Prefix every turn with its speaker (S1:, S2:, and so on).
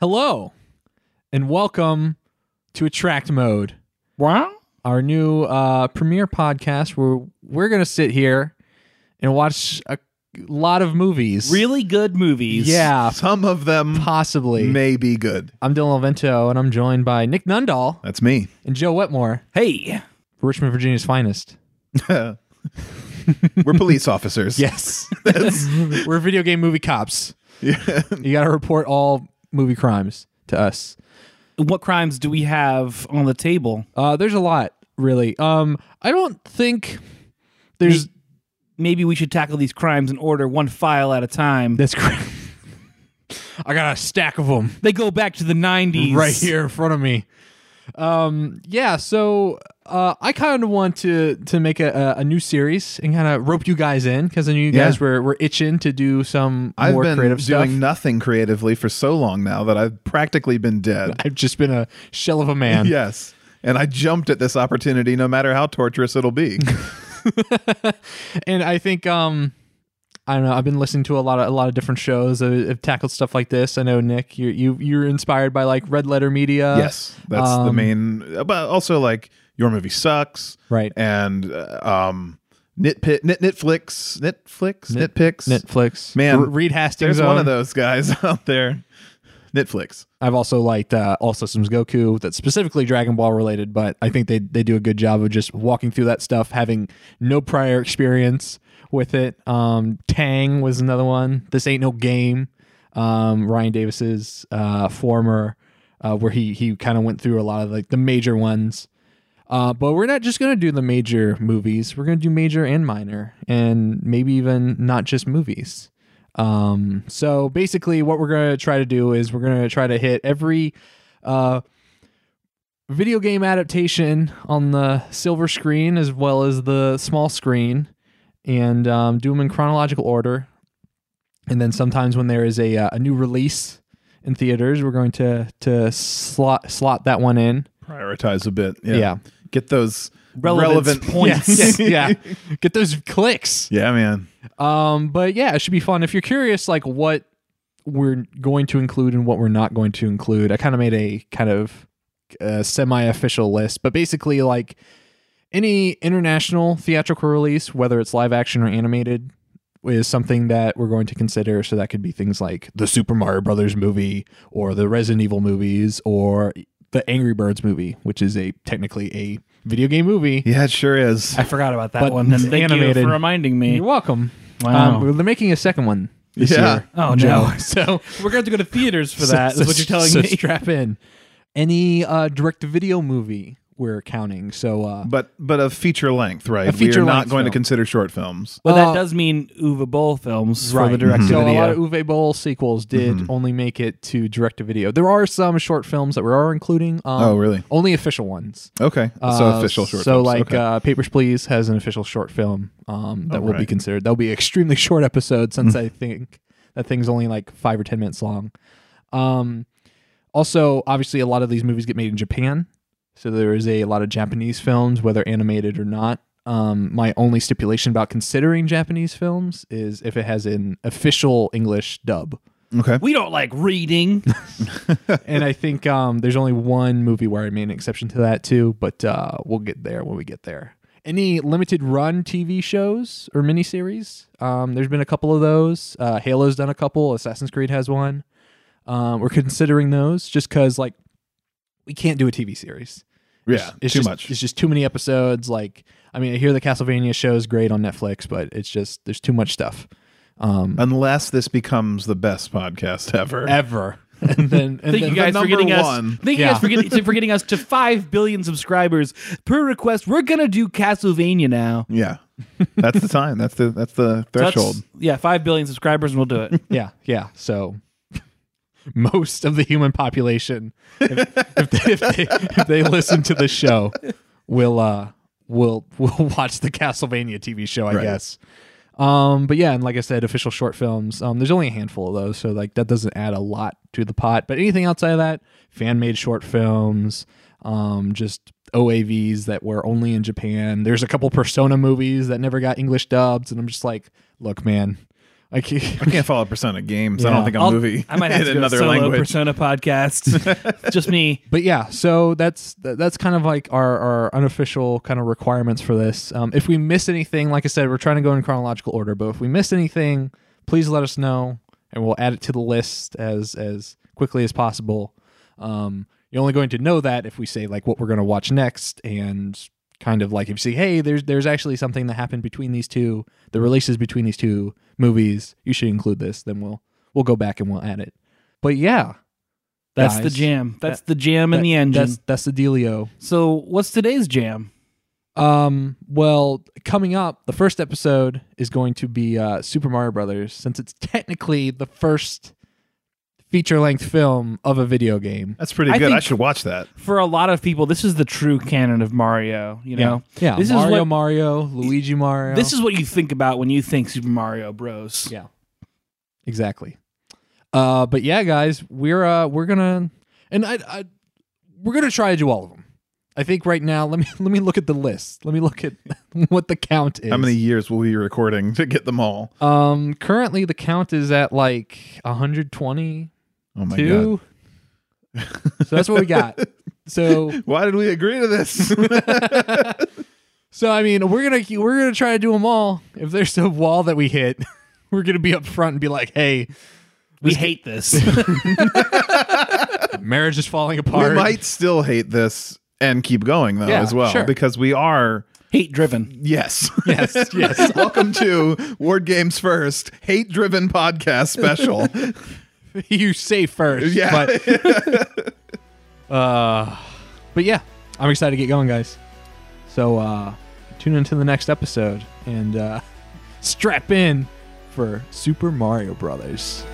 S1: Hello and welcome to Attract Mode,
S2: Wow.
S1: our new uh, premiere podcast where we're going to sit here and watch a lot of movies.
S2: Really good movies.
S1: Yeah,
S3: Some of them
S1: possibly.
S3: may be good.
S1: I'm Dylan Vento and I'm joined by Nick Nundahl
S3: That's me.
S1: and Joe Wetmore,
S2: Hey.
S1: Richmond, Virginia's finest.
S3: We're police officers.
S1: Yes. We're video game movie cops. You got to report all movie crimes to us.
S2: What crimes do we have on the table?
S1: Uh, there's a lot, really. Um, I don't think there's.
S2: Maybe we should tackle these crimes in order, one file at a time.
S1: That's cr- I got a stack of them
S2: They go back to the 90s.
S1: right here in front of me. Um, yeah, so uh, I kind of want to to make a, a a new series and kind of rope you guys in because I knew you
S3: Yeah.
S1: guys were, were itching to do some
S3: I've
S1: more
S3: been doing
S1: creative stuff.
S3: nothing creatively for so long now that I've practically been dead.
S1: I've just been a shell of a man.
S3: yes. And I jumped at this opportunity no matter how torturous it'll be.
S1: and I think um I don't know. I've been listening to a lot of a lot of different shows. that have tackled stuff like this. I know Nick, you you you're inspired by like Red Letter Media.
S3: yes. That's the
S1: Uh, um,
S3: main but also like your movie sucks
S1: right.
S3: and uh, um nitpit nit Netflix Netflix
S1: Nit-
S3: nitpicks.
S1: Netflix.
S3: Man,
S1: R- Reed Hastings.
S3: There's one
S1: own.
S3: of those guys out there. Netflix.
S1: I've also liked uh, All Systems Goku. That's specifically Dragon Ball related, but I think they they do a good job of just walking through that stuff, having no prior experience with it. Um, Tang was another one. This ain't no game. Um, Ryan Davis's uh, former, uh, where he he kind of went through a lot of like the major ones. Uh, but we're not just gonna do the major movies. We're gonna do major and minor, and maybe even not just movies. Um, so basically, what we're gonna try to do is we're gonna try to hit every uh, video game adaptation on the silver screen as well as the small screen, and um, do them in chronological order. And then sometimes when there is a uh, a new release in theaters, we're going to to slot slot that one in.
S3: Prioritize a bit.
S1: Yeah.
S3: Get those
S2: Relevance
S3: relevant
S2: points.
S1: Yes. yeah. Get those clicks.
S3: Yeah, man.
S1: Um, but yeah, it should be fun. If you're curious, like what we're going to include and what we're not going to include, I kind of made a kind of uh, semi-official list. But basically, like any international theatrical release, whether it's live action or animated, is something that we're going to consider. So that could be things like the Super Mario Brothers movie, or the Resident Evil movies, or the Angry Birds movie, which is a technically a video game movie.
S3: Yeah, it sure is.
S2: I forgot about that
S1: But
S2: one.
S1: it's
S2: Thank
S1: animated.
S2: you for reminding me.
S1: You're welcome.
S2: Wow.
S1: Um, they're making a second one this
S3: Yeah.
S1: year.
S2: Oh,
S1: Joe.
S2: no.
S1: So
S2: We're going to have to go to theaters for that. Is
S1: so-
S2: what you're telling
S1: so
S2: me.
S1: Strap in. Any uh, direct-to-video movie we're counting. So uh,
S3: But but a feature length, right?
S1: A
S3: we are
S1: feature-length
S3: not going
S1: film.
S3: to consider short films.
S2: Well,
S1: Uh,
S2: that does mean Uwe Boll films for the
S3: Mm-hmm.
S2: direct
S1: So uh, a
S2: video.
S1: lot of Uwe Boll sequels did only make it to direct-to-video. There are some short films that we are including. Um,
S3: Oh, really?
S1: Only official ones.
S3: Okay, so
S1: Uh,
S3: official short.
S1: So
S3: films.
S1: like
S3: Okay.
S1: uh, Papers Please has an official short film um, that
S3: Oh,
S1: will be
S3: right.
S1: considered. That'll be an extremely short episode
S3: Mm.
S1: since I think that thing's only like five or ten minutes long. Um, also, obviously, a lot of these movies get made in Japan, so there is a lot of Japanese films, whether animated or not. Um, my only stipulation about considering Japanese films is if it has an official English dub.
S3: okay,
S2: we don't like reading.
S1: and I think um, there's only one movie where I made an exception to that too, but uh, we'll get there when we get there. Any limited run TV shows or miniseries? Um, there's been a couple of those. Uh, Halo's done a couple. Assassin's Creed has one. Um, we're considering those just because like we can't do a TV series.
S3: yeah,
S1: It's
S3: too
S1: just,
S3: much.
S1: It's just too many episodes. Like I mean, I hear the Castlevania show is great on Netflix, but it's just there's too much stuff. Um,
S3: Unless this becomes the best podcast ever.
S1: ever. And then, and
S2: Thank
S1: then
S2: you guys for
S3: number
S2: getting us.
S3: one.
S2: Thank you
S1: Yeah.
S2: guys for getting, for getting us to five billion subscribers per request. We're gonna do Castlevania now.
S3: Yeah, that's the time. That's the that's the threshold.
S2: That's- yeah, five billion subscribers, and we'll do it.
S1: Yeah, yeah. So most of the human population, if, if, they, if, they, if they listen to the show, will uh will will watch the Castlevania TV show, I
S3: Right.
S1: guess. Um, but yeah, and like I said, official short films. Um, there's only a handful of those, so like that doesn't add a lot to the pot. But anything outside of that, fan made short films, um, just OAVs that were only in Japan. There's a couple Persona movies that never got English dubs, and I'm just like, look, man, I can't,
S3: I can't follow Persona games. I
S1: Yeah.
S3: don't think I'm
S2: I'll-
S3: movie.
S2: I might have
S3: in
S2: to do another
S3: another
S2: solo
S3: language.
S2: persona podcast. Just me.
S1: but yeah, so that's th- that's kind of like our, our unofficial kind of requirements for this. Um, if we miss anything, like I said, we're trying to go in chronological order. But if we miss anything, please let us know, and we'll add it to the list as as quickly as possible. Um, you're only going to know that if we say like what we're going to watch next, and kind of like if you see, hey, there's there's actually something that happened between these two, the releases between these two movies. You should include this. Then we'll we'll go back and we'll add it. But yeah,
S2: That's the
S1: guys.
S2: jam. That's the jam in the engine.
S1: That's that's the dealio.
S2: so what's today's jam?
S1: Um, well, coming up, the first episode is going to be uh, Super Mario Brothers, since it's technically the first feature-length film of a video game.
S3: That's pretty
S2: I
S3: good. I
S2: think-
S3: should watch that.
S2: For a lot of people, this is the true canon of Mario, you know.
S1: Yeah,
S2: This is
S1: Mario,
S2: what-
S1: Mario, Luigi, Mario.
S2: This is what you think about when you think Super Mario Bros.
S1: yeah, exactly. Uh, but yeah, guys, we're uh, we're gonna and I, I we're gonna try to do all of them. I think right now, let me let me look at the list. Let me look at what the count is.
S3: How many years will we be recording to get them all?
S1: Um, currently the count is at like 120
S3: Oh my god!
S1: two. so that's what we got. So
S3: Why did we agree to this?
S1: so I mean we're gonna keep- we're gonna try to do them all. If there's a wall that we hit, we're gonna be up front and be like, hey,
S2: We hate this.
S1: marriage is falling
S3: we
S1: apart.
S3: might still hate this and keep going though
S1: Yeah,
S3: as well
S1: sure.
S3: because we are
S2: hate driven.
S3: yes.
S1: Yes, yes.
S3: Welcome to Word Games First Hate Driven Podcast Special.
S1: you say first.
S3: Yeah.
S1: But, uh, but yeah, I'm excited to get going, guys. So uh, tune into the next episode and uh, strap in for Super Mario Brothers.